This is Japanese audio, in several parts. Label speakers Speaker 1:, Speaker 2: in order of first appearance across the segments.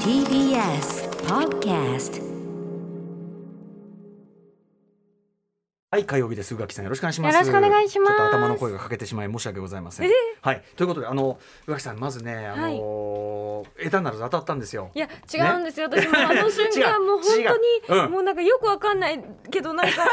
Speaker 1: TBS Podcast
Speaker 2: はい、火曜日です。宇垣さん、よろしくお願いします。
Speaker 3: よろしくお願いしま
Speaker 2: ち
Speaker 3: す
Speaker 2: ょっと頭の声が欠けてしまい、申し訳ございません。はい、ということで、あの、宇垣さん、まずね、あのーエターナルズ当たったんですよ。
Speaker 3: いや違うんですよ、私もあの瞬
Speaker 2: 違
Speaker 3: 間
Speaker 2: う
Speaker 3: もう本当
Speaker 2: 違
Speaker 3: に
Speaker 2: う、うん
Speaker 3: もうなんかよくわかんないけど なんかうわ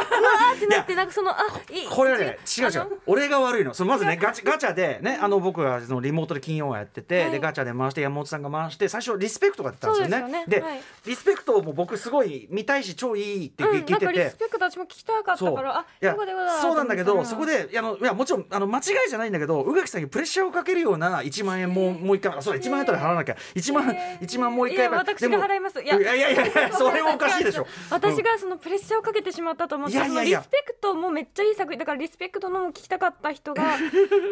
Speaker 3: ーってなってなんかそのあい
Speaker 2: これはね違う違
Speaker 3: あの
Speaker 2: う俺が悪いのそのまずねガチガチャでねあの僕はそのリモートで金曜をやってて、
Speaker 3: はい
Speaker 2: でガチャで回して山本さんが回して最初リスペクトが出たんですよね
Speaker 3: そうですよね
Speaker 2: で
Speaker 3: はい
Speaker 2: リスペクトも僕すごい見たいし超いいって聞
Speaker 3: う
Speaker 2: い
Speaker 3: ん、
Speaker 2: て
Speaker 3: なん
Speaker 2: て、
Speaker 3: かリスペクト私も聞きたかった
Speaker 2: そう
Speaker 3: からあ
Speaker 2: いや
Speaker 3: よかったよかった
Speaker 2: そうなんだけどそこ
Speaker 3: で
Speaker 2: でいやあのいやもちろんあの間違いじゃないんだけど宇垣さんにプレッシャーをかけるような1万円もうもう一回あそうだ1万円とら払わなきゃ1万一万もう一回
Speaker 3: いや私が
Speaker 2: でも
Speaker 3: 払いますい
Speaker 2: いや
Speaker 3: や
Speaker 2: いやいやいや それもおかしいでしょ
Speaker 3: 私
Speaker 2: うん
Speaker 3: がそのプレッシャーをかけてしまったと思って、
Speaker 2: いやいやいや
Speaker 3: そのリスペクトもめっちゃいい作品だからリスペクトのも聞きたかった人が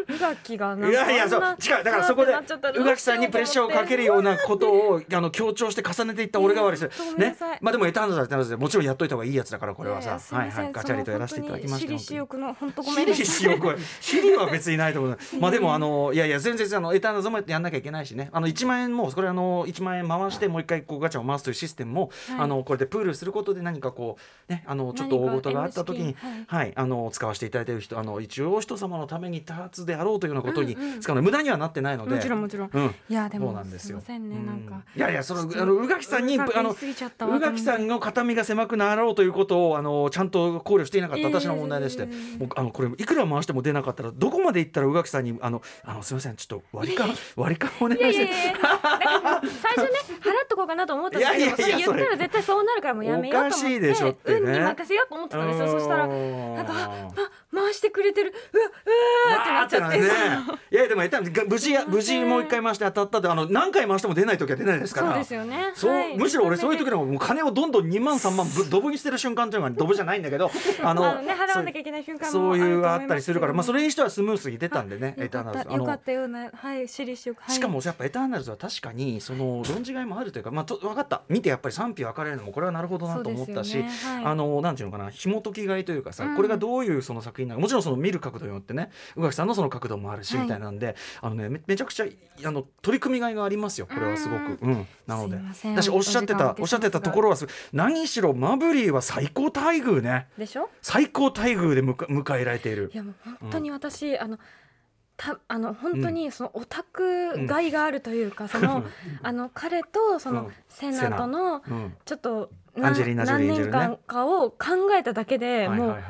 Speaker 3: 宇垣がなんか
Speaker 2: いやいや、そう、
Speaker 3: あんな
Speaker 2: 違う、だからそこで
Speaker 3: うわーってなっちゃった、ら
Speaker 2: 宇垣さんにプレッシャーをかけるようなことを、あの強調して重ねていった俺が悪いで
Speaker 3: うん
Speaker 2: す。
Speaker 3: ごめん
Speaker 2: ね
Speaker 3: なさい、
Speaker 2: まあ、でも、エターナルだってなので、もちろんやっといた方がいいやつだから、これはさ、
Speaker 3: いやいやすいません
Speaker 2: ガチャリとやらせていただきました。
Speaker 3: その本当に私利私欲の本当ごめ
Speaker 2: 私
Speaker 3: んな
Speaker 2: 利私
Speaker 3: さい
Speaker 2: 欲は、私利は別にないと思う。まあ、でも、あの、いやいや、全然、あの、エターナルズもやんなきゃいけないしね。あの、一万円も、これ、あの、一万円回して、もう一回、こう、ガチャを回すというシステムも。
Speaker 3: はい
Speaker 2: あの、これでプールすることで、何かこう、ね、あの、ちょっと大事があった時に
Speaker 3: 何か M 資金、
Speaker 2: はい、あの、使わせていただいている人、あの、一応、人様のために多発であろうというようなことに
Speaker 3: うんうん。
Speaker 2: 使うの、無駄にはなってないので。
Speaker 3: もちろんもちろん、
Speaker 2: うん
Speaker 3: いやでも
Speaker 2: そうなんですよ
Speaker 3: すいませんねなんか
Speaker 2: いやいやそのあの宇垣さんに
Speaker 3: うが
Speaker 2: あの
Speaker 3: 言い過ぎちゃったわ
Speaker 2: 宇垣さんの肩身が狭くなろうということをあのちゃんと考慮していなかった
Speaker 3: いやいや
Speaker 2: 私の問題でして
Speaker 3: いやいやいや
Speaker 2: もうあのこれいくら回しても出なかったらどこまで行ったら宇垣さんにあのあのすみませんちょっと割り勘割り勘お願い
Speaker 3: いやい
Speaker 2: し
Speaker 3: や
Speaker 2: て
Speaker 3: いやいやなんか最初ね払っとこうかなと思ったんですけど
Speaker 2: いやいやいや
Speaker 3: それ言ったら絶対そうなるからもうやめようと思って
Speaker 2: おかしいでしょってね
Speaker 3: 運に任せようと思ってたんですよそしたらなんかああ回してくれてるうわうわーってなっちゃって
Speaker 2: わーってなるねいやでもえた無事や無事もう一回回して当たったってあの何回回しても出ない時は出ないですから
Speaker 3: そうですよね
Speaker 2: そう
Speaker 3: はい
Speaker 2: むしろ俺そういう時の方がもう金をどんどん2万3万ぶ ドブにしてる瞬間というのがドブじゃないんだけどあ
Speaker 3: あのね払わなきゃいけない瞬間も
Speaker 2: そういうあ
Speaker 3: あると思いますけど
Speaker 2: ったりするからまあそれにしてはスムースに出たんでねエ
Speaker 3: よ
Speaker 2: タ
Speaker 3: か
Speaker 2: ーナル
Speaker 3: っ
Speaker 2: ズ
Speaker 3: た
Speaker 2: あ
Speaker 3: よか
Speaker 2: の
Speaker 3: ったようなはい私利私欲はい
Speaker 2: しかもやっぱエターナルズは確かにその論じがいもあるというかまあと分かった見てやっぱり賛否分かれるのもこれはなるほどなと思ったし
Speaker 3: そうですよねはい
Speaker 2: あのなんていうのかな紐解きがいというかさ
Speaker 3: うん
Speaker 2: これがどういうその作品なのかもちろんその見る角度によってね宇垣さんのその角度もあるし
Speaker 3: はい
Speaker 2: みたいなんであのねめめちゃくちゃあの取り組みがいがありますよこれはすごくうんなのです
Speaker 3: いません
Speaker 2: 私おっしゃってた
Speaker 3: お時間をおかけしますが
Speaker 2: おっしゃってたところはす何しろマブリーは最高待遇ね
Speaker 3: でしょ
Speaker 2: 最高待遇でむか迎えられている
Speaker 3: い。やもう本当に私、あのたあの本当にそのオタク害があるというか、そのあの彼とそうの
Speaker 2: ん
Speaker 3: セナとの
Speaker 2: うん
Speaker 3: ちょっと
Speaker 2: ア
Speaker 3: な
Speaker 2: ンジェリーナジョリー
Speaker 3: 何
Speaker 2: 演じる
Speaker 3: 年
Speaker 2: ね
Speaker 3: 間かを考えただけで
Speaker 2: はい
Speaker 3: も
Speaker 2: はいうはい。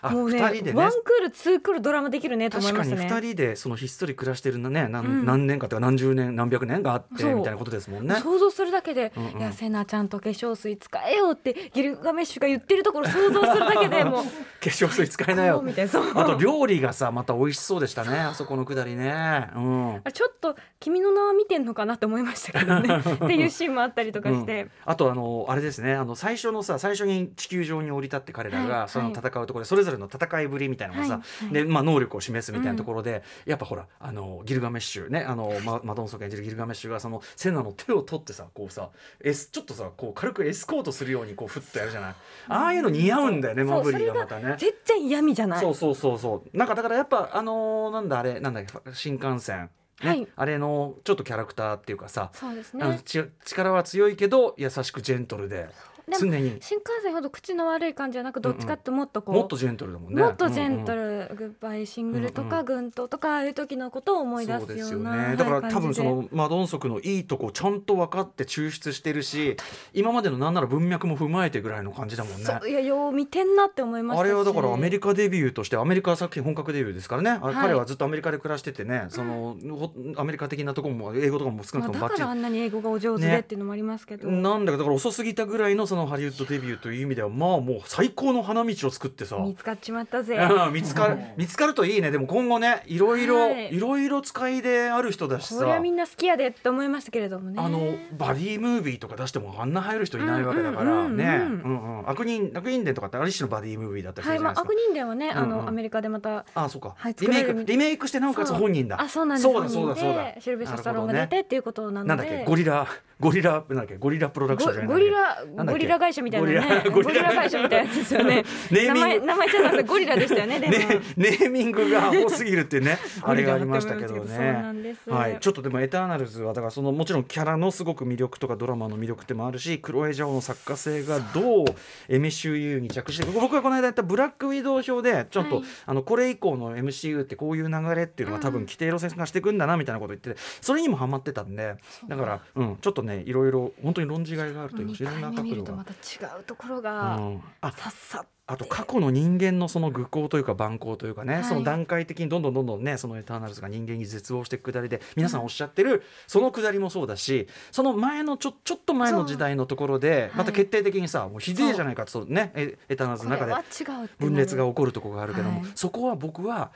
Speaker 2: あ、
Speaker 3: もう
Speaker 2: 二人でね
Speaker 3: ワン。クールツークールドラマできるねと思い
Speaker 2: 確
Speaker 3: ま
Speaker 2: か
Speaker 3: し
Speaker 2: に
Speaker 3: たね。
Speaker 2: 二人でそのひっそり暮らしてるのね、なん
Speaker 3: うん
Speaker 2: 何年かとか何十年何百年があって
Speaker 3: そう
Speaker 2: みたいなことですもんね。
Speaker 3: 想像するだけで、
Speaker 2: うんうん
Speaker 3: いやセナちゃんと化粧水使えよってギルガメッシュが言ってるところ想像するだけでもう
Speaker 2: 化粧水使えないよ
Speaker 3: こう。みたいなそう
Speaker 2: あと料理がさまた美味しそうでしたね。あそこのくだりね。うん。
Speaker 3: ちょっと君の名は見てんのかなって思いましたけ どねっていうシーンもあったりとかして、
Speaker 2: うんあとあのあれですねあの最初のさ最初に地球上に降り立って彼ら
Speaker 3: は
Speaker 2: が
Speaker 3: い
Speaker 2: その戦うところでそれぞれの戦いぶりみたいなのがさ、
Speaker 3: はいはい
Speaker 2: でまあ、能力を示すみたいなところで、やっぱほらあのギルガメッシュねあの、ま、マドンソク演じるギルガメッシュがそのセナの手を取ってさこうさエスちょっとさこう軽くエスコートするようにこうふっとやるじゃないああいうの似合うんだよね
Speaker 3: そ
Speaker 2: マ
Speaker 3: う
Speaker 2: ブリーが
Speaker 3: それ
Speaker 2: またね。
Speaker 3: 絶対嫌味じゃない
Speaker 2: そうそうそうそうなんかだからやっぱあのーなんだあれなんだっけ新幹線、ね
Speaker 3: はい
Speaker 2: あれのちょっとキャラクターっていうかさ
Speaker 3: そうです
Speaker 2: あの
Speaker 3: ね
Speaker 2: ち力は強いけど優しくジェントルで
Speaker 3: で
Speaker 2: 常
Speaker 3: も
Speaker 2: に
Speaker 3: 新幹線ほど口の悪い感じじゃなくどっちかってもっとこう、
Speaker 2: もっとジェントルだもんね
Speaker 3: もっとジェント
Speaker 2: ル
Speaker 3: ル、グッバイシングルと
Speaker 2: うんう
Speaker 3: か、軍刀とかああいう時のことを思い出
Speaker 2: そうですす
Speaker 3: よ
Speaker 2: よ
Speaker 3: うな
Speaker 2: ねだから
Speaker 3: はい
Speaker 2: 多分そ
Speaker 3: 感
Speaker 2: のマドンソクのいいとこちゃんと分かって抽出してるし今までのなんなら文脈も踏まえてぐらいの感じだもん
Speaker 3: じ
Speaker 2: ね
Speaker 3: でそういやよう見てんなって思いましたし
Speaker 2: あれはだからアメ
Speaker 3: カ
Speaker 2: リカデビューとしてアメリカ作品本格デビューですからね、あれ
Speaker 3: はい
Speaker 2: 彼はずっとアメリカで暮らしててねその、ほアメリカ的なとこも英語とかも少なくとも
Speaker 3: ま
Speaker 2: バ
Speaker 3: あ、
Speaker 2: ッチ
Speaker 3: だか
Speaker 2: リ
Speaker 3: らあんなに英語がお上手
Speaker 2: ね
Speaker 3: でっていうのもありますけど、
Speaker 2: なんだかだから遅すぎたぐらいのそのハリウッドデビューという意味ではまあもう最高の花道を作ってさ
Speaker 3: 見つかっちまったぜ、
Speaker 2: うん見つかる見つかるといいねでも今後ねいろいろ、
Speaker 3: はい
Speaker 2: い、ろいろ使いである人だし
Speaker 3: これは
Speaker 2: さ
Speaker 3: みんな好きやでって思いましたけれどもね
Speaker 2: あのバディムービーとか出してもあんな入る人いないわけだか
Speaker 3: うん
Speaker 2: ら
Speaker 3: うん
Speaker 2: ね
Speaker 3: うん
Speaker 2: うんうん悪人悪人伝とかってある種のバディムービーだったりす
Speaker 3: は
Speaker 2: る
Speaker 3: い
Speaker 2: じゃない
Speaker 3: まあ
Speaker 2: です
Speaker 3: 悪
Speaker 2: か。
Speaker 3: 人伝はねあの、
Speaker 2: うんうん
Speaker 3: アメリカでまた
Speaker 2: ああそうか、
Speaker 3: はい
Speaker 2: リメイ
Speaker 3: 作
Speaker 2: ク
Speaker 3: られる
Speaker 2: リメイクしてなおかつ本人だ
Speaker 3: あそうなんです
Speaker 2: そうだそうだそう
Speaker 3: 本人
Speaker 2: だ
Speaker 3: でシルベスター・スタローン
Speaker 2: な
Speaker 3: が
Speaker 2: るほど
Speaker 3: 出てっていうことなの
Speaker 2: なん
Speaker 3: で
Speaker 2: だっけゴリラゴリラなんだっけゴリラプロダクションじゃない
Speaker 3: ゴリ
Speaker 2: なんだっけ
Speaker 3: ラゴリラ会社みたいなね
Speaker 2: ゴ
Speaker 3: ゴ
Speaker 2: リ
Speaker 3: リ
Speaker 2: ラ
Speaker 3: ラ会社みたいなやつですよ ね
Speaker 2: ネー
Speaker 3: 名
Speaker 2: ミン
Speaker 3: 前
Speaker 2: グ
Speaker 3: 名前じゃなくてゴリラでしたよねでも、
Speaker 2: ね、ネーミングが多すぎるっていう ねあ
Speaker 3: ゴ
Speaker 2: れ
Speaker 3: リ
Speaker 2: が
Speaker 3: ラ
Speaker 2: ありま
Speaker 3: だと思い
Speaker 2: したけ
Speaker 3: す
Speaker 2: ど
Speaker 3: そうな
Speaker 2: ね。
Speaker 3: んです、
Speaker 2: はい、ちょっとでも「エターナルズ」はだからそのもちろんキャラのすごく魅力とかドラマの魅力でもあるしクロエ・ジャオの作家性がどう「MCU」に着して僕がこの間やった「ブラックウィドウ」表でちょっと、
Speaker 3: はい
Speaker 2: あのこれ以降の MCU ってこういう流れっていうのが多分規定路線化していくんだなみたいなこと言っててそれにもハマってたんでだから、うん、ちょっとねいろいろ本当に論じがいがあるというかいろんな
Speaker 3: 2回目見
Speaker 2: 角
Speaker 3: る
Speaker 2: 度
Speaker 3: と
Speaker 2: が
Speaker 3: ま。た違うところ
Speaker 2: う
Speaker 3: が、
Speaker 2: ん、あ
Speaker 3: さっさ
Speaker 2: あと過去の人間のその愚行というか蛮行というかね、
Speaker 3: はい
Speaker 2: その段階的にどんどんどんどんねそのエターナルズが人間に絶望していくくだりで皆さんおっしゃってるそのくだりもそうだしその前のちょちょっと前の時代のところで
Speaker 3: そう
Speaker 2: また決定的にさ、もうひでえじゃないかとねえエターナルズ
Speaker 3: こ
Speaker 2: の
Speaker 3: れ
Speaker 2: 中で
Speaker 3: は違うってなる
Speaker 2: 分裂が起こるとこがあるけども、
Speaker 3: はい
Speaker 2: そこは僕は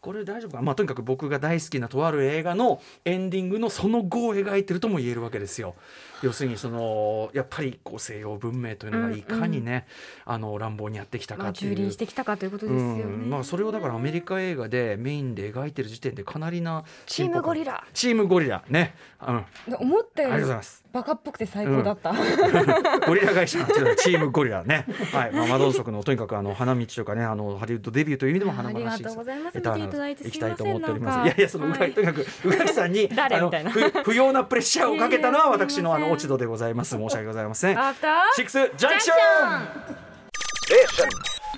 Speaker 2: これ大丈夫かな、まあ、とにかく僕が大好きなとある映画のエンディングのその後を描いてるとも言えるわけですよ。要するにそのやっぱりこう西洋文明というのがいかにね、あの乱暴にやってきた
Speaker 3: ま
Speaker 2: か
Speaker 3: あ、
Speaker 2: ってい
Speaker 3: 蹂
Speaker 2: う。
Speaker 3: 躙してきたかということですよね、
Speaker 2: うんまあ、それをだからアメリカ映画でメインで描いてる時点でかなりな
Speaker 3: チームゴリラ
Speaker 2: チームゴリラね、うん、あ
Speaker 3: 思っ
Speaker 2: りがと
Speaker 3: たよ
Speaker 2: うござい
Speaker 3: り
Speaker 2: ます
Speaker 3: バカっぽくて最高 だった、
Speaker 2: ゴリラ会社っていうのはチームゴリラね、はいまあ、マドンソクのとにかくあの花道とかねあのハリウッドデビューという意味でも
Speaker 3: あ
Speaker 2: 華
Speaker 3: あり
Speaker 2: 々
Speaker 3: が
Speaker 2: しいで
Speaker 3: とう
Speaker 2: す
Speaker 3: ございます
Speaker 2: エ
Speaker 3: 見
Speaker 2: ターナル
Speaker 3: ていた
Speaker 2: ズ
Speaker 3: だいて
Speaker 2: 行
Speaker 3: す
Speaker 2: き
Speaker 3: い
Speaker 2: たい
Speaker 3: ま
Speaker 2: と
Speaker 3: せ
Speaker 2: 思っ
Speaker 3: ん
Speaker 2: てお
Speaker 3: なん
Speaker 2: ります
Speaker 3: か
Speaker 2: いやいやそのうがいとにかくうがいさんに
Speaker 3: 誰
Speaker 2: あの
Speaker 3: みたいな
Speaker 2: ふ不要なプレッシャーをかけたのは私のあ
Speaker 3: いやい
Speaker 2: の
Speaker 3: や
Speaker 2: 落ち度でございます申し訳ございません
Speaker 3: アフター
Speaker 2: シックスジャンクション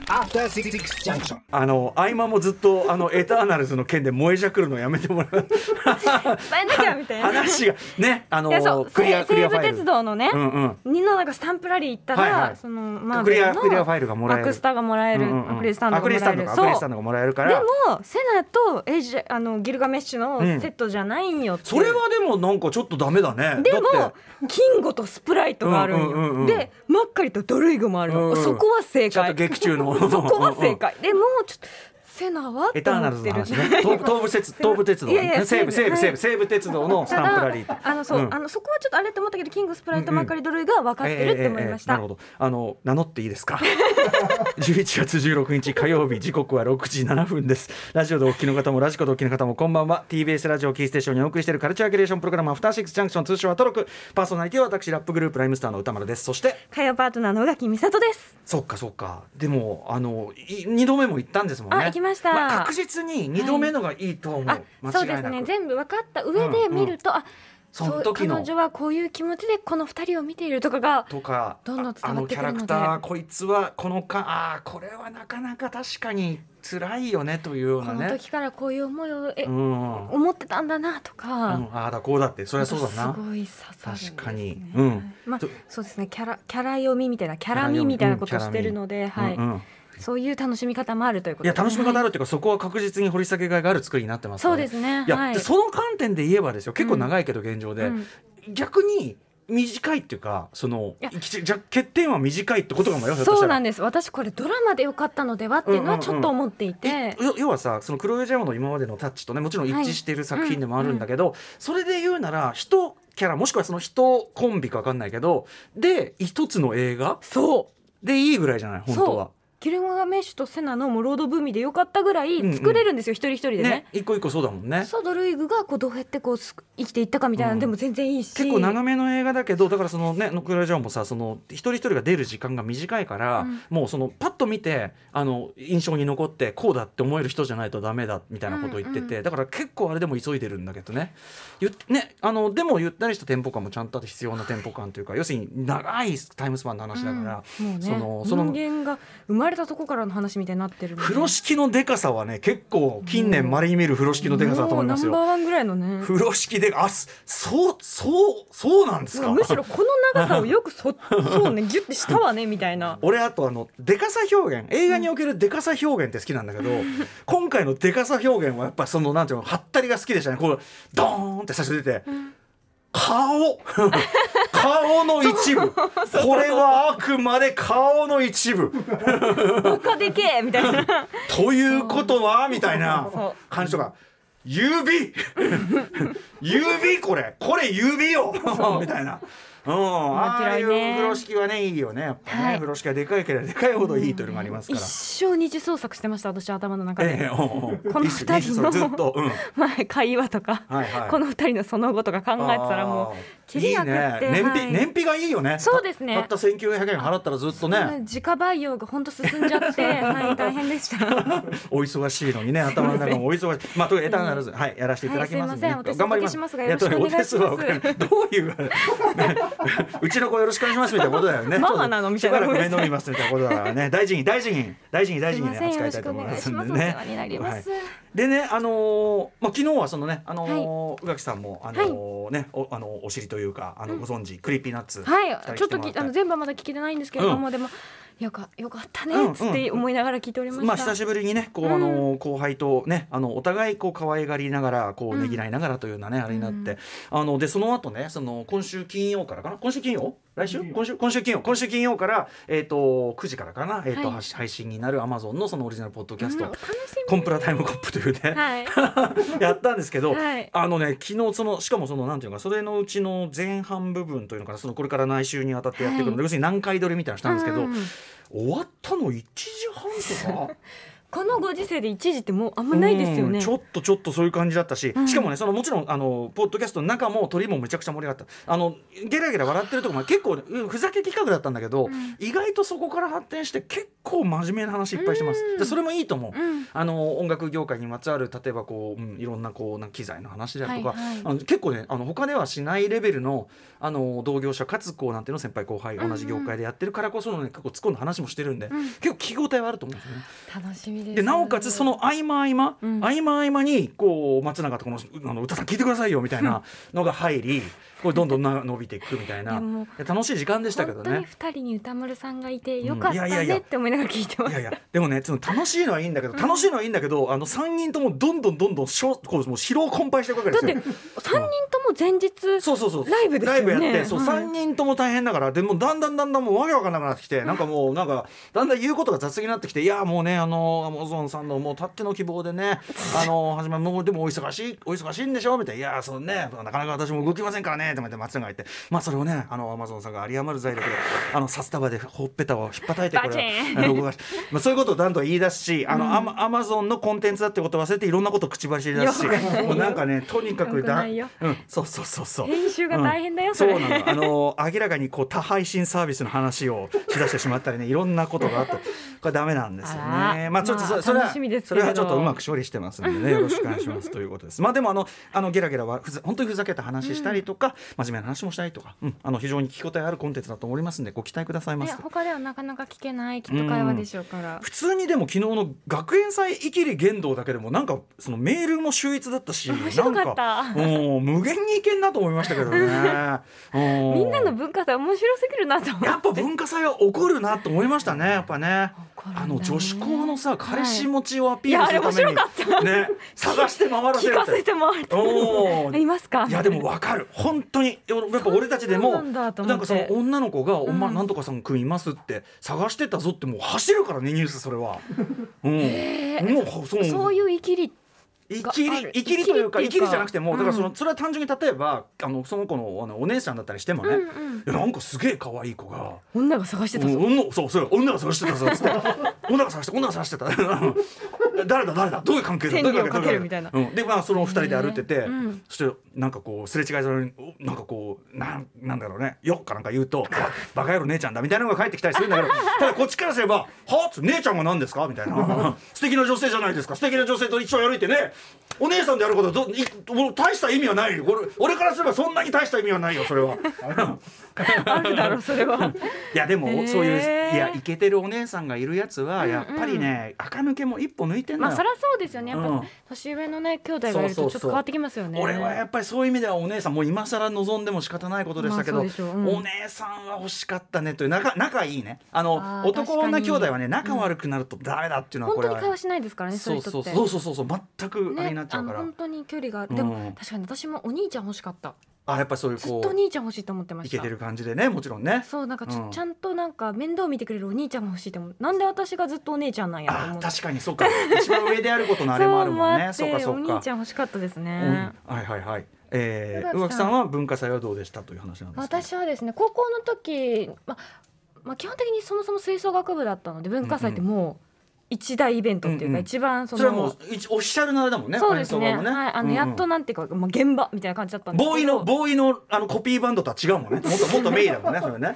Speaker 1: After Six Junction.
Speaker 2: あの合間もずっとあのエターナルズの件で燃えじゃくるのやめてもらう
Speaker 3: 伝えなきゃみたいな
Speaker 2: 話がねあ
Speaker 3: いやそ
Speaker 2: の
Speaker 3: う
Speaker 2: クリア
Speaker 3: 西
Speaker 2: クリア
Speaker 3: 西
Speaker 2: フ
Speaker 3: 武
Speaker 2: ァイル
Speaker 3: 鉄道のね、
Speaker 2: うんうん
Speaker 3: にのなんかスタンプラリー行ったら、
Speaker 2: はいはい
Speaker 3: そのマー
Speaker 2: ク
Speaker 3: ベ
Speaker 2: リ
Speaker 3: ル
Speaker 2: ア
Speaker 3: の
Speaker 2: クリアファイルがもらえる
Speaker 3: アクスタがもらえる、
Speaker 2: うんうんうん
Speaker 3: アクリルスタンド
Speaker 2: ア
Speaker 3: が
Speaker 2: ク
Speaker 3: も
Speaker 2: リルスタ
Speaker 3: ら
Speaker 2: ンド
Speaker 3: え
Speaker 2: か
Speaker 3: る
Speaker 2: ア
Speaker 3: そ
Speaker 2: クリ
Speaker 3: う
Speaker 2: ルスタンドがもらえるから
Speaker 3: でもセナとエイジあのギルガメッシュのセットじゃないんよっていう
Speaker 2: それはでもなんかちょっとダメだね
Speaker 3: で
Speaker 2: だっ
Speaker 3: も
Speaker 2: て
Speaker 3: 金吾とスプライトがあるんよ、
Speaker 2: うんうんうんうん
Speaker 3: でマッカリとドルイグもあるの、
Speaker 2: うんうん
Speaker 3: そこは正
Speaker 2: ちゃんと
Speaker 3: 解
Speaker 2: 劇中の
Speaker 3: そこは正
Speaker 2: うんうん
Speaker 3: 解でもちょっとセナは
Speaker 2: エターナルズの話ね 東東武鉄東武鉄道
Speaker 3: いやいや
Speaker 2: 西武西
Speaker 3: 西
Speaker 2: 武
Speaker 3: 武
Speaker 2: 西武西武鉄道のスタ
Speaker 3: た
Speaker 2: ンプラ
Speaker 3: だ
Speaker 2: リーと
Speaker 3: あのそう、
Speaker 2: うん
Speaker 3: あのそこはちょっとあれと思ったけどキングスプライ
Speaker 2: う
Speaker 3: ト
Speaker 2: んうん
Speaker 3: マッカリドルイグは分かってるって思いました、
Speaker 2: ええええええなるほど。あの名乗っていいですか。11月16日火曜日時刻は6時7分です。ラジオでお聞きの方もラジコでお聞きの方もこんばんは。TBS ラジオキーステーションにお送りしているカルチャーキュレーションプログラムアフターシックスジャンクション通称はトロク。パーソナリティは私ラップグループライムスターの歌丸です。そして
Speaker 3: 火曜パートナーの宇垣美里です
Speaker 2: そっかそっか。でもあのい二度目も行ったんですもんね。
Speaker 3: あ行きました
Speaker 2: あ確実に二度目のがいいと思う。
Speaker 3: あ
Speaker 2: 間
Speaker 3: そう
Speaker 2: 違いな
Speaker 3: で
Speaker 2: く。
Speaker 3: すね全部分かった上で見ると、あ
Speaker 2: その
Speaker 3: そう
Speaker 2: 時の
Speaker 3: 彼女はこういう気持ちでこの二人を見ているとかが
Speaker 2: とか
Speaker 3: どんどん
Speaker 2: ああ
Speaker 3: 伝わ
Speaker 2: の
Speaker 3: って
Speaker 2: キ
Speaker 3: く
Speaker 2: ャ
Speaker 3: る
Speaker 2: ラ
Speaker 3: ので
Speaker 2: クターこいつはこのかああこれはなかなか確かに辛いよねというよう
Speaker 3: こ
Speaker 2: な
Speaker 3: の
Speaker 2: ね。
Speaker 3: 時からこういう思いをえ、
Speaker 2: うんうん
Speaker 3: 思ってたんだなとか、
Speaker 2: ああだこうだってそりゃそうだな
Speaker 3: す。ごい刺さるんですね
Speaker 2: 確かにうん
Speaker 3: まあ
Speaker 2: と
Speaker 3: そうですねキャラキャラ読みみたいなキャ
Speaker 2: ラ
Speaker 3: ラ
Speaker 2: 読み
Speaker 3: 見みたいなことをしてるの
Speaker 2: う
Speaker 3: で、
Speaker 2: ん
Speaker 3: はい、
Speaker 2: うん
Speaker 3: そういう楽しみ方もあるというこ
Speaker 2: い
Speaker 3: と
Speaker 2: や
Speaker 3: で
Speaker 2: 楽しみ方あ
Speaker 3: はい
Speaker 2: るっていうかそこは確実に掘り下げがいがある作りになってますか
Speaker 3: そ
Speaker 2: ら
Speaker 3: うですね
Speaker 2: いや、
Speaker 3: はい
Speaker 2: でその観点で言えばですよ結構長いけど現状で、
Speaker 3: うん
Speaker 2: 逆に短いっていうかその
Speaker 3: いや
Speaker 2: きじゃ欠点は短いってことかもよひょっとし
Speaker 3: そ
Speaker 2: た
Speaker 3: う
Speaker 2: ら
Speaker 3: なんです私これドラマでよかったのではっていうの
Speaker 2: う
Speaker 3: は
Speaker 2: んうんうん
Speaker 3: ちょっと思っていて、
Speaker 2: 要要はさそのクロエジャオの今までのタッチとねもちろん一致している作品でもあるんだけど、それで言うなら人キャラもしくはその人コンビか分かんないけどで一つの映画
Speaker 3: そう
Speaker 2: でいいぐらいじゃない本当は
Speaker 3: そ。うギルガメッシュとセナのもうロードブーミーでよかったぐらい作れるんですよ、一人一人でね
Speaker 2: ね一個一個そうだもんね。
Speaker 3: そうドルイグがこうどうやってこうす生きていったかみたいなのでも全然いいし、
Speaker 2: 結構長めの映画だけどだからそのねクロエジャオもさその一人一人が出る時間が短いから、
Speaker 3: うん
Speaker 2: もうそのパッと見てあの印象に残ってこうだって思える人じゃないとダメだみたいなことを言ってて、
Speaker 3: うんう
Speaker 2: だから結構あれでも急いでるんだけどねゆねあのでもゆったりしたテンポ感もちゃんとあって必要なテンポ感というか要するに長いタイムスパンの話だから、
Speaker 3: うんもうね
Speaker 2: そのその
Speaker 3: 人間が生まれたとこからの話みたいになってるので
Speaker 2: 風呂敷のでかさはね結構近年まれに見る風呂敷のでかさだと思いますよ。
Speaker 3: もうナンバーワンぐらいのね
Speaker 2: 風呂敷であすそうそうそうなんですか
Speaker 3: むしろこの長さをよくそ そうねギュッてしたわねみたいな
Speaker 2: 俺あとあのでかさ表現映画におけるでかさ表現って好きなんだけ ど、今回のでかさ表現はやっぱそのなんていうのはったりが好きでしたねこうドーンって最初出て、顔 顔の一部これはあくまで顔の一部
Speaker 3: バカでけえ みたいな
Speaker 2: ということはみたいな
Speaker 3: そう
Speaker 2: 感じとか 指指これこれ指よみたいなうん、ああいう風呂敷はねいいよねやっぱね、
Speaker 3: はい
Speaker 2: 風呂敷はでかいければでかいほどいいというのがありますか
Speaker 3: 一
Speaker 2: ら。
Speaker 3: 生二次創作してました私頭の中
Speaker 2: え
Speaker 3: で、
Speaker 2: えおうおう
Speaker 3: こ
Speaker 2: い
Speaker 3: の
Speaker 2: いっすね
Speaker 3: 二人の
Speaker 2: そうずっと、うん、は
Speaker 3: 前会話とか、
Speaker 2: いはい。
Speaker 3: この二人のその後とか考えてたらもう
Speaker 2: う
Speaker 3: 切りなくって
Speaker 2: いいね、燃費、
Speaker 3: はい
Speaker 2: 燃費がいいよね。
Speaker 3: そうですね
Speaker 2: たたった1900円払ったらずっとね、
Speaker 3: 自家培養が本当進んじゃ って、はい、大変でした。
Speaker 2: お忙しいのにね、頭の中もお忙しい。まあとにかくエターナルズ、はいやらせていただきますんで、
Speaker 3: はいすいませんお手数
Speaker 2: 頑張り
Speaker 3: おかけしますが
Speaker 2: い
Speaker 3: よ
Speaker 2: や
Speaker 3: ろしくお
Speaker 2: とにかくお
Speaker 3: 願いします
Speaker 2: 手数はかけないどういう うちの子よろしくお願いしますみたいなことだよね。
Speaker 3: ママなのみたいな
Speaker 2: ちょっとしばらく面倒見ますみたいなことだからね。大事に大事に大事に大
Speaker 3: す
Speaker 2: 事に
Speaker 3: いま
Speaker 2: ね
Speaker 3: せんよ
Speaker 2: 扱
Speaker 3: ろ
Speaker 2: いたい
Speaker 3: し
Speaker 2: と
Speaker 3: くお
Speaker 2: 思いますんで
Speaker 3: 願いしま。
Speaker 2: す
Speaker 3: お世
Speaker 2: ね
Speaker 3: 話。になります。
Speaker 2: でね、あのーまあ、昨日はそのね、あのー宇垣さんも、あのーね、お、あのーお尻というか、あの、ご存知、クリーピーナッツ。
Speaker 3: はい、ちょっと
Speaker 2: 二人来てもら
Speaker 3: き
Speaker 2: た
Speaker 3: あの全部はまだ聞けてないんですけれども、でもよかよかった
Speaker 2: うんう
Speaker 3: ね
Speaker 2: ん
Speaker 3: っつって思いながら聞いておりました。
Speaker 2: まあ、久しぶりにね、こう、
Speaker 3: うん
Speaker 2: あのー後輩とね、あの、お互い、こう、可愛がりながら、こう、
Speaker 3: うん
Speaker 2: ねぎらいながらというようなね、あれになっ
Speaker 3: う
Speaker 2: て。あの、で、その後ね、その、今週金曜からかな、今週金曜。来週今週今週金曜今週金曜から、えー、と9時からかな、えーと
Speaker 3: はい
Speaker 2: はし配信になるアマゾンのそのオリジナルポッドキャスト「
Speaker 3: うんお楽し
Speaker 2: コンプラタイムコップ」というね、
Speaker 3: み。は い。
Speaker 2: やったんですけど、
Speaker 3: はい
Speaker 2: あのね昨日そのしかもそのなんていうのかそれのうちの前半部分というのかなそのこれから来週にわたってやっていくので、
Speaker 3: はい
Speaker 2: 要するに何回撮りみたいなのしたんですけど、
Speaker 3: うん
Speaker 2: 終わったの1時半と か
Speaker 3: このご時世で一時ってもうあんまないですよ
Speaker 2: うん
Speaker 3: ね。
Speaker 2: ちょっとちょっとそういう感じだったし、
Speaker 3: うん
Speaker 2: しかもねそのもちろんあのポッドキャストの中も撮りもめちゃくちゃ盛り上がったあのゲラゲラ笑ってるとこも結構うんふざけ企画だったんだけど、
Speaker 3: うん
Speaker 2: 意外とそこから発展して結構真面目な話いっぱいしてます。
Speaker 3: うん
Speaker 2: でそれもいいと思う、
Speaker 3: うん。
Speaker 2: あの音楽業界にまつわる例えばこう、うん、いろんなこうなんか機材の話であるとか、
Speaker 3: はいはい
Speaker 2: あの結構ねあの他ではしないレベルのあの同業者かつこうなんていうの先輩後輩
Speaker 3: うんうん
Speaker 2: 同じ業界でやってるからこその、ね、結構突っ込んだ話もしてるんで、
Speaker 3: うん
Speaker 2: 結構聞き応えはあると思うんですよね。
Speaker 3: 楽しみです。
Speaker 2: でなおかつその合間合間、
Speaker 3: うん
Speaker 2: 合間合間にこう松永とこのあの歌さん聞いてくださいよみたいなのが入りこれどんどんな伸びていくみたい
Speaker 3: い
Speaker 2: な
Speaker 3: やもう
Speaker 2: いや楽しい時間でしたけど
Speaker 3: 本当に
Speaker 2: ね。
Speaker 3: 二人に歌丸さんがいて
Speaker 2: ん
Speaker 3: よかっ
Speaker 2: いや
Speaker 3: た
Speaker 2: いやいや
Speaker 3: ねって思いながら聞いてま
Speaker 2: い
Speaker 3: す。
Speaker 2: やいやでもねその楽しいのはいいんだけど楽しいのはいいんだけどあの3人ともどんどんどんどんしょこうもう疲労困憊していくわけで
Speaker 3: だっ
Speaker 2: す
Speaker 3: て
Speaker 2: よ
Speaker 3: 三。人とも前日
Speaker 2: そうそうそう
Speaker 3: ライブですよね
Speaker 2: ライブやってそう、
Speaker 3: はい
Speaker 2: 3人とも大変だからでもうだんだんだんだんもうわけわかんなくなってきてなんかもうなんかだんだん言うことが雑になってきていやもうねあのアマゾンさんのもうたっての希望で ねあの始まりもうでもお忙しいお忙しいんでしょみたいないやそのねなかなか私も動きませんからねとか言って松永が言ってまあそれをねあのアマゾンさんが有り余る財 力であの札束でほっぺたを引っぱたいてこ
Speaker 3: バチ
Speaker 2: れ
Speaker 3: ーン
Speaker 2: あの動かしまあそういうことをだんだん言い出すしあの、アマアマゾンのコンテンツだってことを忘れていろんなことを口走り出すし
Speaker 3: よくないよ
Speaker 2: もうなんかねとにかく
Speaker 3: よくな
Speaker 2: だ
Speaker 3: いよ
Speaker 2: うんそうそうそうそう
Speaker 3: 編集が大変だよ
Speaker 2: うん
Speaker 3: それ
Speaker 2: そうなのあの明らかにこう多配信サービスの話をしだしてしまったりねいろんなことがあってこれダメなんですよ
Speaker 3: あ
Speaker 2: ね
Speaker 3: ら
Speaker 2: まあちょっとそ,、
Speaker 3: まあ
Speaker 2: それは
Speaker 3: 楽しみです
Speaker 2: そ
Speaker 3: けれ
Speaker 2: れ
Speaker 3: ど
Speaker 2: はちょっとうまく処理してますんでねよろしくお願いしますということですまあでもあのあのゲラゲラはふざ本当にふざけた話したりとか、真面目な話もしたりとか、うん、あの非常に聞き応えあるコンテンツだと思いますんでご期待くださいま
Speaker 3: ね
Speaker 2: せ
Speaker 3: 他ではなかなか聞けないきっと会話でしょうから。
Speaker 2: 普通にでも昨日の学園祭いきり言動だけでもなんかそのメールも秀逸だったし
Speaker 3: 面白かった
Speaker 2: なんかうん無限にいけんなと思いましたけ どねう
Speaker 3: みんなの文化祭面白すぎるなと思って。
Speaker 2: やっぱ文化祭は怒るなと思いましたねやっぱね
Speaker 3: 怒るんだ
Speaker 2: あ
Speaker 3: ね
Speaker 2: の女子校のさ彼氏
Speaker 3: はい
Speaker 2: 持ちをアピールするために、
Speaker 3: いやあれ面白かった
Speaker 2: ね探して回らせ
Speaker 3: 聞
Speaker 2: る
Speaker 3: か
Speaker 2: って
Speaker 3: せてもらって
Speaker 2: おー
Speaker 3: いますか
Speaker 2: いやでもわかる本当にやっぱ俺たちでも
Speaker 3: そうなんだと思
Speaker 2: な
Speaker 3: って
Speaker 2: んかその女の子が「お前
Speaker 3: うん
Speaker 2: なんとかさんくんいます」って探してたぞってもう走るからねニュースそれは。うんもうそ
Speaker 3: そういういきり
Speaker 2: いき
Speaker 3: があ
Speaker 2: り
Speaker 3: る
Speaker 2: いきりというかい
Speaker 3: い
Speaker 2: き
Speaker 3: きり
Speaker 2: り
Speaker 3: っていうか
Speaker 2: じゃなくてもだからその、
Speaker 3: う
Speaker 2: それは単純に例えばあのその子のあのお姉さんだったりしてもね、
Speaker 3: うんうん
Speaker 2: いやなんかすげえ可愛い子が。
Speaker 3: 女が探してた
Speaker 2: う
Speaker 3: ぞ、
Speaker 2: ん女そうそう女が探してたぞっつって 女が探して女が探してた 誰だ誰だどういう関係だ
Speaker 3: 千
Speaker 2: どうい
Speaker 3: 里
Speaker 2: う
Speaker 3: を
Speaker 2: 関係
Speaker 3: か
Speaker 2: だ
Speaker 3: けるみたいな
Speaker 2: うん、でまあその二人で歩いてて、
Speaker 3: へえうん
Speaker 2: そしてなんかこうすれ違いざるにおなんかこうなんなんだろうねよっかなんか言うと あバカ野郎姉ちゃんだみたいなのが返ってきたりするんだけど ただこっちからすれば「はっつ姉ちゃんが何ですか?」みたいな 素敵な女性じゃないですか素敵な女性と一緒に歩いてねお姉さんであることはどいもう大した意味はないよ俺俺からすればそんなに大した意味はないよそれは。
Speaker 3: あるだろうそれは
Speaker 2: いやで
Speaker 3: へ
Speaker 2: も
Speaker 3: ー
Speaker 2: そういう、いやイケてるお姉さんがいるやつはやっぱりね、垢抜けも一歩抜いてんの
Speaker 3: ま
Speaker 2: よ、
Speaker 3: あそりゃそうですよねやっぱ、
Speaker 2: うん
Speaker 3: 年上のね兄弟がいる
Speaker 2: そうそう
Speaker 3: と
Speaker 2: そう
Speaker 3: ちょっと変わってきますよね
Speaker 2: 俺はやっぱりそういう意味ではお姉さんもう今更望んでも仕方ないことでしたけど、
Speaker 3: まあそうでしょううん
Speaker 2: お姉さんは欲しかったねという仲仲いいねあの
Speaker 3: あー
Speaker 2: 男
Speaker 3: 確か
Speaker 2: 女
Speaker 3: に
Speaker 2: 兄弟はね仲悪くなるとダメだっていうのはこれ
Speaker 3: 本当
Speaker 2: は
Speaker 3: に会話しないですからねそう
Speaker 2: そ
Speaker 3: いう
Speaker 2: そう
Speaker 3: う人って
Speaker 2: そうそうそうそう全くあれに
Speaker 3: ね
Speaker 2: なっちゃうから、
Speaker 3: の本当に距離がある
Speaker 2: うん
Speaker 3: でも確かに私もお兄ちゃん欲しかった
Speaker 2: ああやっぱそういう
Speaker 3: ずっ
Speaker 2: こと
Speaker 3: お
Speaker 2: う
Speaker 3: 兄ちゃん欲しいと思ってま
Speaker 2: い
Speaker 3: し
Speaker 2: け
Speaker 3: た
Speaker 2: てる感じでねもちろんね
Speaker 3: そうなんかち,、
Speaker 2: うん
Speaker 3: ちゃんとなんか面倒見てくれるお兄ちゃんも欲しいと思うなんで私がずっとお姉ちゃんなんやと
Speaker 2: あ
Speaker 3: 思って
Speaker 2: 確かにそうか一番上であることのあれもあるもんね
Speaker 3: そ
Speaker 2: そうう
Speaker 3: も
Speaker 2: か
Speaker 3: あって
Speaker 2: そ
Speaker 3: お
Speaker 2: う
Speaker 3: 兄
Speaker 2: か
Speaker 3: ちゃん欲しかったです
Speaker 2: うん
Speaker 3: ね、
Speaker 2: はいはいはいえー
Speaker 3: 宇
Speaker 2: 宇
Speaker 3: 垣
Speaker 2: 垣
Speaker 3: さん
Speaker 2: さんは文化祭はどうでしたという話なんですけど
Speaker 3: 私はですね高校の時ままあ基本的にそもそも吹奏楽部だったので文化祭ってもう一大イベントっていう
Speaker 2: うんう
Speaker 3: か
Speaker 2: ん
Speaker 3: 一番そ
Speaker 2: そ
Speaker 3: の、
Speaker 2: れはもう一オフィシャルなあれだもんね
Speaker 3: そうですね
Speaker 2: 演奏会も
Speaker 3: はいあ
Speaker 2: う
Speaker 3: の
Speaker 2: んう
Speaker 3: や
Speaker 2: ん
Speaker 3: っとなんていうか、まあ、現場みたいな感じだったんですけ
Speaker 2: ボーイ
Speaker 3: ど
Speaker 2: のボーイのあのコピーバンドとは違うもんねもっともっとメインだもんねそれね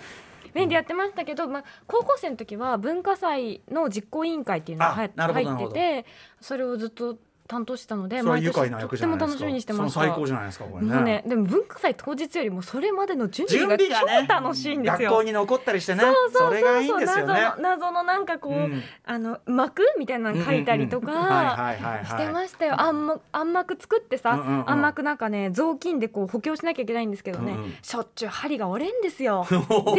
Speaker 3: メインでやってましたけど、まあ、高校生の時は文化祭の実行委員会っていうのが入っ
Speaker 2: あなるほど
Speaker 3: 入っててそれをずっと担当してたの で
Speaker 2: それは愉快な
Speaker 3: 毎
Speaker 2: 役
Speaker 3: 年
Speaker 2: じ
Speaker 3: と
Speaker 2: ゃ
Speaker 3: っ
Speaker 2: な
Speaker 3: て
Speaker 2: いですか
Speaker 3: も楽しみにしてまし
Speaker 2: その
Speaker 3: た
Speaker 2: 最高じゃないですかこれ
Speaker 3: もうねでも文化祭当日よりもそれまでの準
Speaker 2: 準
Speaker 3: 備が
Speaker 2: 備がね
Speaker 3: 超楽しいんです
Speaker 2: 学
Speaker 3: よ。
Speaker 2: 校に残ったりしてね
Speaker 3: そうそうそうそう
Speaker 2: それがいいんですよね
Speaker 3: 謎の謎のなんかこう、
Speaker 2: うん
Speaker 3: あの幕みたいなの書いたりと
Speaker 2: うんうんうんはい
Speaker 3: か
Speaker 2: はいはいはい
Speaker 3: してましたよ暗幕暗幕作ってさ、
Speaker 2: うんうんうん
Speaker 3: 暗幕なんかね雑巾でこう補強しなきゃいけないんですけどね、
Speaker 2: うんうん
Speaker 3: しょっちゅう針が折れんで すよって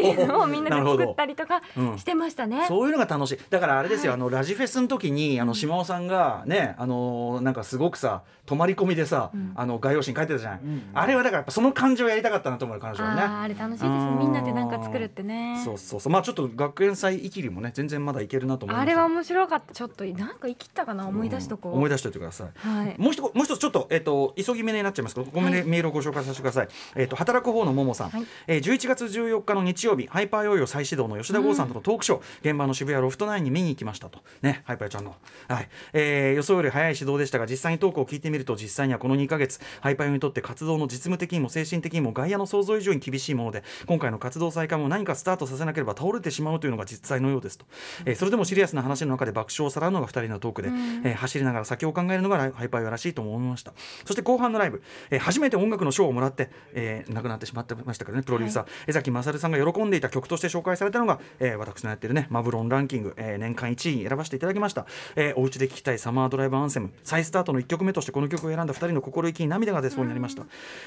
Speaker 3: いうのをみんなで作ったりとか
Speaker 2: うん
Speaker 3: してましたね。
Speaker 2: そういうのが楽しいだからあれですよ、
Speaker 3: はい
Speaker 2: あのラジフェスの時にあの島尾さんがねあのなんかすごくさ泊まり込みでさ、
Speaker 3: うん
Speaker 2: あの概要紙に書いてたじゃない、
Speaker 1: ん
Speaker 2: あれはだからやっぱその感じをやりたかったなと思う彼
Speaker 3: あ
Speaker 2: 女
Speaker 3: ー
Speaker 2: は
Speaker 3: あ
Speaker 2: ね
Speaker 3: れ楽しいですね
Speaker 2: うん
Speaker 3: みんなでなんか作るってね
Speaker 2: そうそうそうまあちょっと学園祭いきりもね全然まだいけるなと思いま
Speaker 3: あ
Speaker 2: すけ
Speaker 3: れ
Speaker 2: ど
Speaker 3: は面白かったちょっとなんか生きったかな思い出しとこう、
Speaker 2: うん思い出しておいてください
Speaker 3: はい
Speaker 2: もう一個もう一つちょっと,、えっと急ぎ目になっちゃいますけどごめんね、
Speaker 3: はい
Speaker 2: メールをご紹介させてください、えっと働く方のももさん、
Speaker 3: はい
Speaker 2: えー、11月14日の日曜日ハイパーヨーヨー再始動の吉田剛さんとのトークショー、現場の渋谷ロフト9に見に行きましたとねハイパーちゃんの、はいえー予想より早い始動でしたが実際にトークを聞いてみると実際にはこの2ヶ月ハイパーヨーにとって活動の実務的にも精神的にも外野の想像以上に厳しいもので今回の活動再開も何かスタートさせなければ倒れてしまうというのが実際のようですと、えーそれでもシリアスな話の中で爆笑をさらうのが2人のトークで、
Speaker 3: うん
Speaker 2: えー走りながら先を考えるのがライハイパーヨーらしいと思いましたそして後半のライブ、えー初めて音楽の賞をもらって、えー亡くなってしまってましたけどねプロデューサー、江崎勝さんが喜んでいた曲として紹介されたのが、えー私のやってるねマブロンランキング、えー年間1位に選ばせていただきました、えーお家で聴きたいサマードライブアンセム再スタートの1曲目としてこの曲を選んだ2人の心意気に涙が出そうになりました、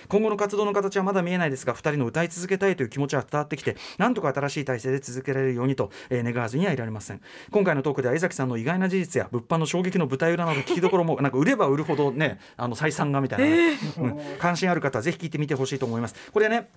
Speaker 2: 今後の活動の形はまだ見えないですが2人の歌い続けたいという気持ちは伝わってきてなんとか新しい体制で続けられるようにと、えー願わずにはいられません今回のトークでは江崎さんの意外な事実や物販の衝撃の舞台裏など聞きどころも なんか売れば売るほどねあの採算がみたいなね、うん関心ある方はぜひ聞いてみてほしいと思いますこれね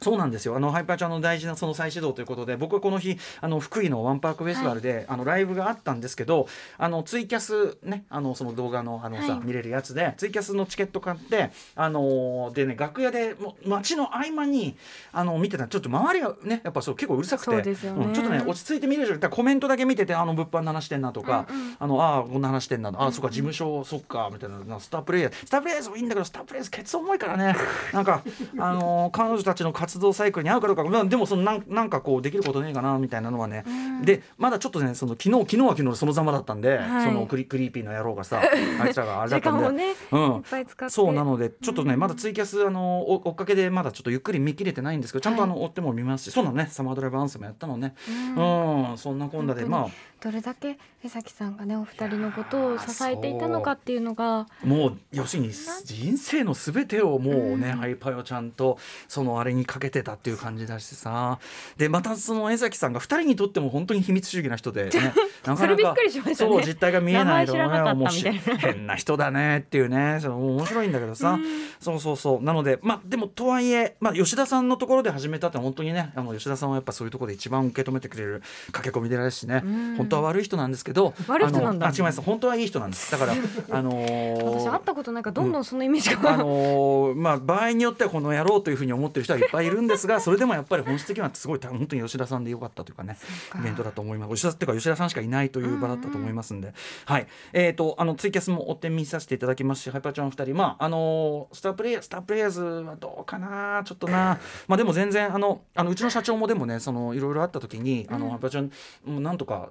Speaker 2: そうなんですよあのハイパーちゃんの大事なその再始動ということで僕はこの日あの福井のワンパークフェスティバルで、あのライブがあったんですけどあのツイキャスねあのその動画のあのさ、
Speaker 3: はい
Speaker 2: 見れるやつでツイキャスのチケット買ってあのーでね楽屋でもう街の合間にあの見てたらちょっと周りがねやっぱそう結構うるさくて
Speaker 3: そうですよね
Speaker 2: んちょっとね落ち着いて見るじゃなくてコメントだけ見ててあの物販の話してんなとか、
Speaker 3: うんうん
Speaker 2: あのあーこんな話してんなあーそっか事務所そっかみたいななスタープレイヤースタープレイヤーズもいいんだけどスタープレイヤーズケツ重いからねなんかあのー彼女たちの活動サイクルに合うかどうかまあでもそのなんなんかこうできることねえかなみたいなのはね、
Speaker 3: ん
Speaker 2: でまだちょっとねその昨日昨日は昨日でそのざまだったんで、
Speaker 3: はい
Speaker 2: そのクリクリーピーの野郎がさあいつらがあれだっ
Speaker 3: 時
Speaker 2: たん
Speaker 3: 間
Speaker 2: で。
Speaker 3: をね、
Speaker 2: うん
Speaker 3: いっぱい使って
Speaker 2: そうなのでちょっとね、まだツイキャスあのお追っかけでまだちょっとゆっくり見切れてないんですけどちゃんとあの、追っても見ますしそうなのねサマードライブアンセムやったのねうん、そんなこんなで
Speaker 3: 本当
Speaker 2: まあ
Speaker 3: にどれだけ江崎さんがねお二人のことを支えていたのかっていうのが
Speaker 2: もう要するに人生のすべてをもうね、
Speaker 3: うん
Speaker 2: ハイパイをちゃんとそのあれにかけてたっていう感じだしさでまたその江崎さんが2人にとっても本当に秘密主義な人で、ね、なかなか
Speaker 3: それびっくりしましたね
Speaker 2: そう実態が見えないとね
Speaker 3: 名前知らなかった
Speaker 2: もうし
Speaker 3: みた
Speaker 2: 変な人だねっていうねその面白いんだけどさ、そうそうそうなのでまあでもとはいえ、まあ、吉田さんのところで始めたって本当にねあの吉田さんはやっぱそういうところで一番受け止めてくれる駆け込み寺ですしね、
Speaker 3: うん
Speaker 2: 本当は悪い人なんですけど
Speaker 3: 悪い人なんだ
Speaker 2: あのあ違います本当はいい人なんですだ からあのー
Speaker 3: 私会ったことないからどんどんそのイメージ
Speaker 2: あ
Speaker 3: が、
Speaker 2: のーまあ、場合によってはこの野郎というふうに思ってる人はいっぱいいるんです がそれでもやっぱり本質的にはすごい本当に吉田さんでよかったというかね
Speaker 3: か
Speaker 2: イベントだと思います吉田っていうか吉田さんしかいないという場だったと思いますんで、はいえー、とあのツイキャスもお手見させていただきますしハイパーちゃんお二人、まああのースタープレイヤースタープレイヤーズはどうかなちょっとな、まあ、でも全然あのあのうちの社長もでもねそのいろいろあった時にあの、ハイパーちゃんもうなんとか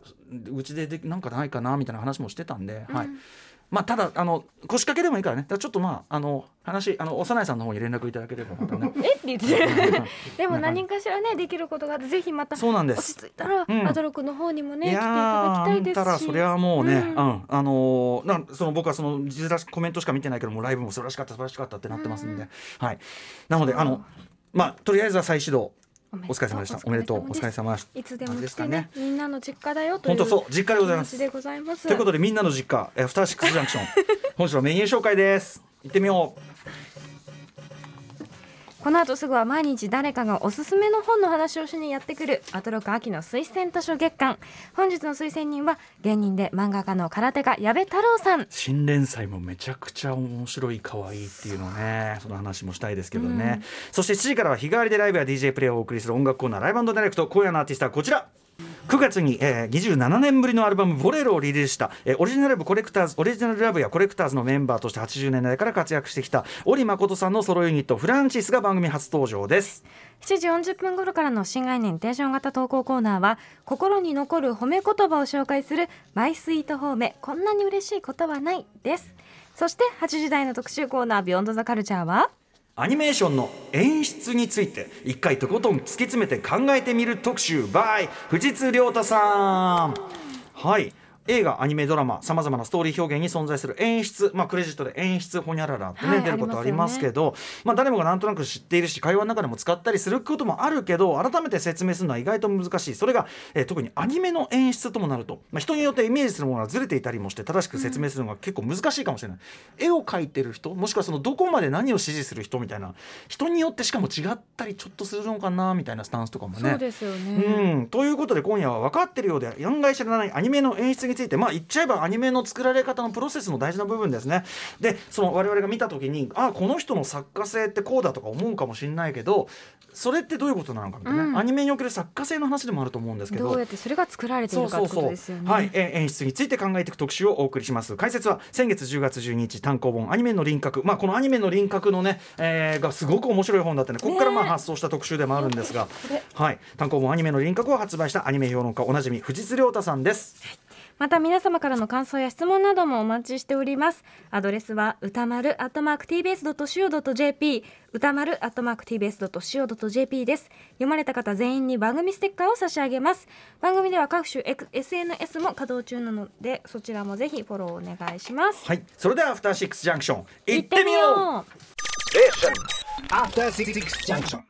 Speaker 2: うちでできなんかないかなみたいな話もしてたんで。はいまあ、ただあの腰掛けでもいいからねだからちょっとまああの話あの幼いさんの方に連絡いただければまた ね
Speaker 3: えって言ってでも何かしらねできることがあってぜひまた
Speaker 2: そうなんで
Speaker 3: 落
Speaker 2: す
Speaker 3: ち着いたら、
Speaker 2: うん
Speaker 3: アドロックの方にもね
Speaker 2: い
Speaker 3: 来てい
Speaker 2: や
Speaker 3: た
Speaker 2: ー
Speaker 3: だきたいで
Speaker 2: あんたら
Speaker 3: すし
Speaker 2: それはもうね、
Speaker 3: う
Speaker 2: うんんあのーなんその僕はその字らしコメントしか見てないけどもうライブも素晴らしかった素晴らしかったってなってますんで、はいなのであのまあとりあえずは再始動お疲れ様でしたおめでとうお疲れ様でした
Speaker 3: いつでも
Speaker 2: 感じで
Speaker 3: 来
Speaker 2: すか
Speaker 3: てね
Speaker 2: ね
Speaker 3: みんなの実家だよという
Speaker 2: 本当そう実家でございま
Speaker 3: 気持ち
Speaker 2: す
Speaker 3: でございます
Speaker 2: ということでみんなの実家えーアフターシックスジャンク ション本日のメニュー紹介です行ってみよう
Speaker 3: ここの後すぐは毎日誰かがおすすめの本の話をしにやってくるアトロク秋の推薦図書月間本日の推薦人は芸人で漫画家の空手家矢部太郎さん
Speaker 2: 新連載もめちゃくちゃ面白い可愛いっていうのねその話もしたいですけどね、そして7時からは日替わりでライブや DJ プレイをお送りする音楽コーナーライブダイレクト今夜のアーティストはこちら9月に、えー、27年ぶりのアルバム「ボレロ」をリリースした、えーオリジナルラブコレクターズオリジナルラブやコレクターズのメンバーとして80年代から活躍してきた織誠さんのソロユニットフランシスが番組初登場です
Speaker 3: 7時40分頃からの新概念テンション型投稿コーナーは心に残る褒め言葉を紹介するマイスイート褒めこんなに嬉しいことはないですそして8時台の特集コーナービヨンドザカルチャーは
Speaker 2: アニメーションの演出について一回とことん突き詰めて考えてみる特集 by 藤津亮太さんはい映画アニメドラマさまざまなストーリー表現に存在する演出、まあ、クレジットで演出ほにゃららってね、
Speaker 3: はい
Speaker 2: 出ることあ
Speaker 3: あ
Speaker 2: り
Speaker 3: り
Speaker 2: ま
Speaker 3: ますすよね
Speaker 2: けどまあ、誰もがなんとなく知っているし会話の中でも使ったりすることもあるけど改めて説明するのは意外と難しいそれが、えー特にアニメの演出ともなると、まあ、人によってイメージするものがずれていたりもして正しく説明するのが結構難しいかもしれない、絵を描いてる人もしくはそのどこまで何を指示する人みたいな人によってしかも違ったりちょっとするのかなみたいなスタンスとかもね
Speaker 3: ですよ
Speaker 2: うん、ということで今夜は分かってるようで案外知らないアニメの演出についてまあ言っちゃえばアニメの作られ方のプロセスの大事な部分ですね。でその我々が見た時にあこの人の作家性ってこうだとか思うかもしれないけどそれってどういうことなのかみたいなね、
Speaker 3: うん
Speaker 2: アニメにおける作家性の話でもあると思うんですけど。
Speaker 3: どうやってそれが作られてい
Speaker 2: そう
Speaker 3: るか
Speaker 2: そ
Speaker 3: っ
Speaker 2: う
Speaker 3: て
Speaker 2: そ
Speaker 3: こと
Speaker 2: う
Speaker 3: ですよね
Speaker 2: はい、えー演出について考えていく特集をお送りします解説は先月10月12日単行本アニメの輪郭まあこのアニメの輪郭のね、えーがすごく面白い本だったねここからまあ
Speaker 3: ねえ
Speaker 2: 発想した特集でもあるんですが、
Speaker 3: れ
Speaker 2: はい単行本アニメの輪郭を発売したアニメ評論家おなじみ藤津亮太さんです
Speaker 3: また皆様からの感想や質問などもお待ちしておりますアドレスは歌丸 atmarktbs.co.jp 歌丸 atmarktbs.co.jp です読まれた方全員に番組ステッカーを差し上げます番組では各種 X- SNS も稼働中なのでそちらもぜひフォローお願いします
Speaker 2: はいそれではアフターシックスジャンクション行ってみよう
Speaker 3: う
Speaker 1: After Six Junction.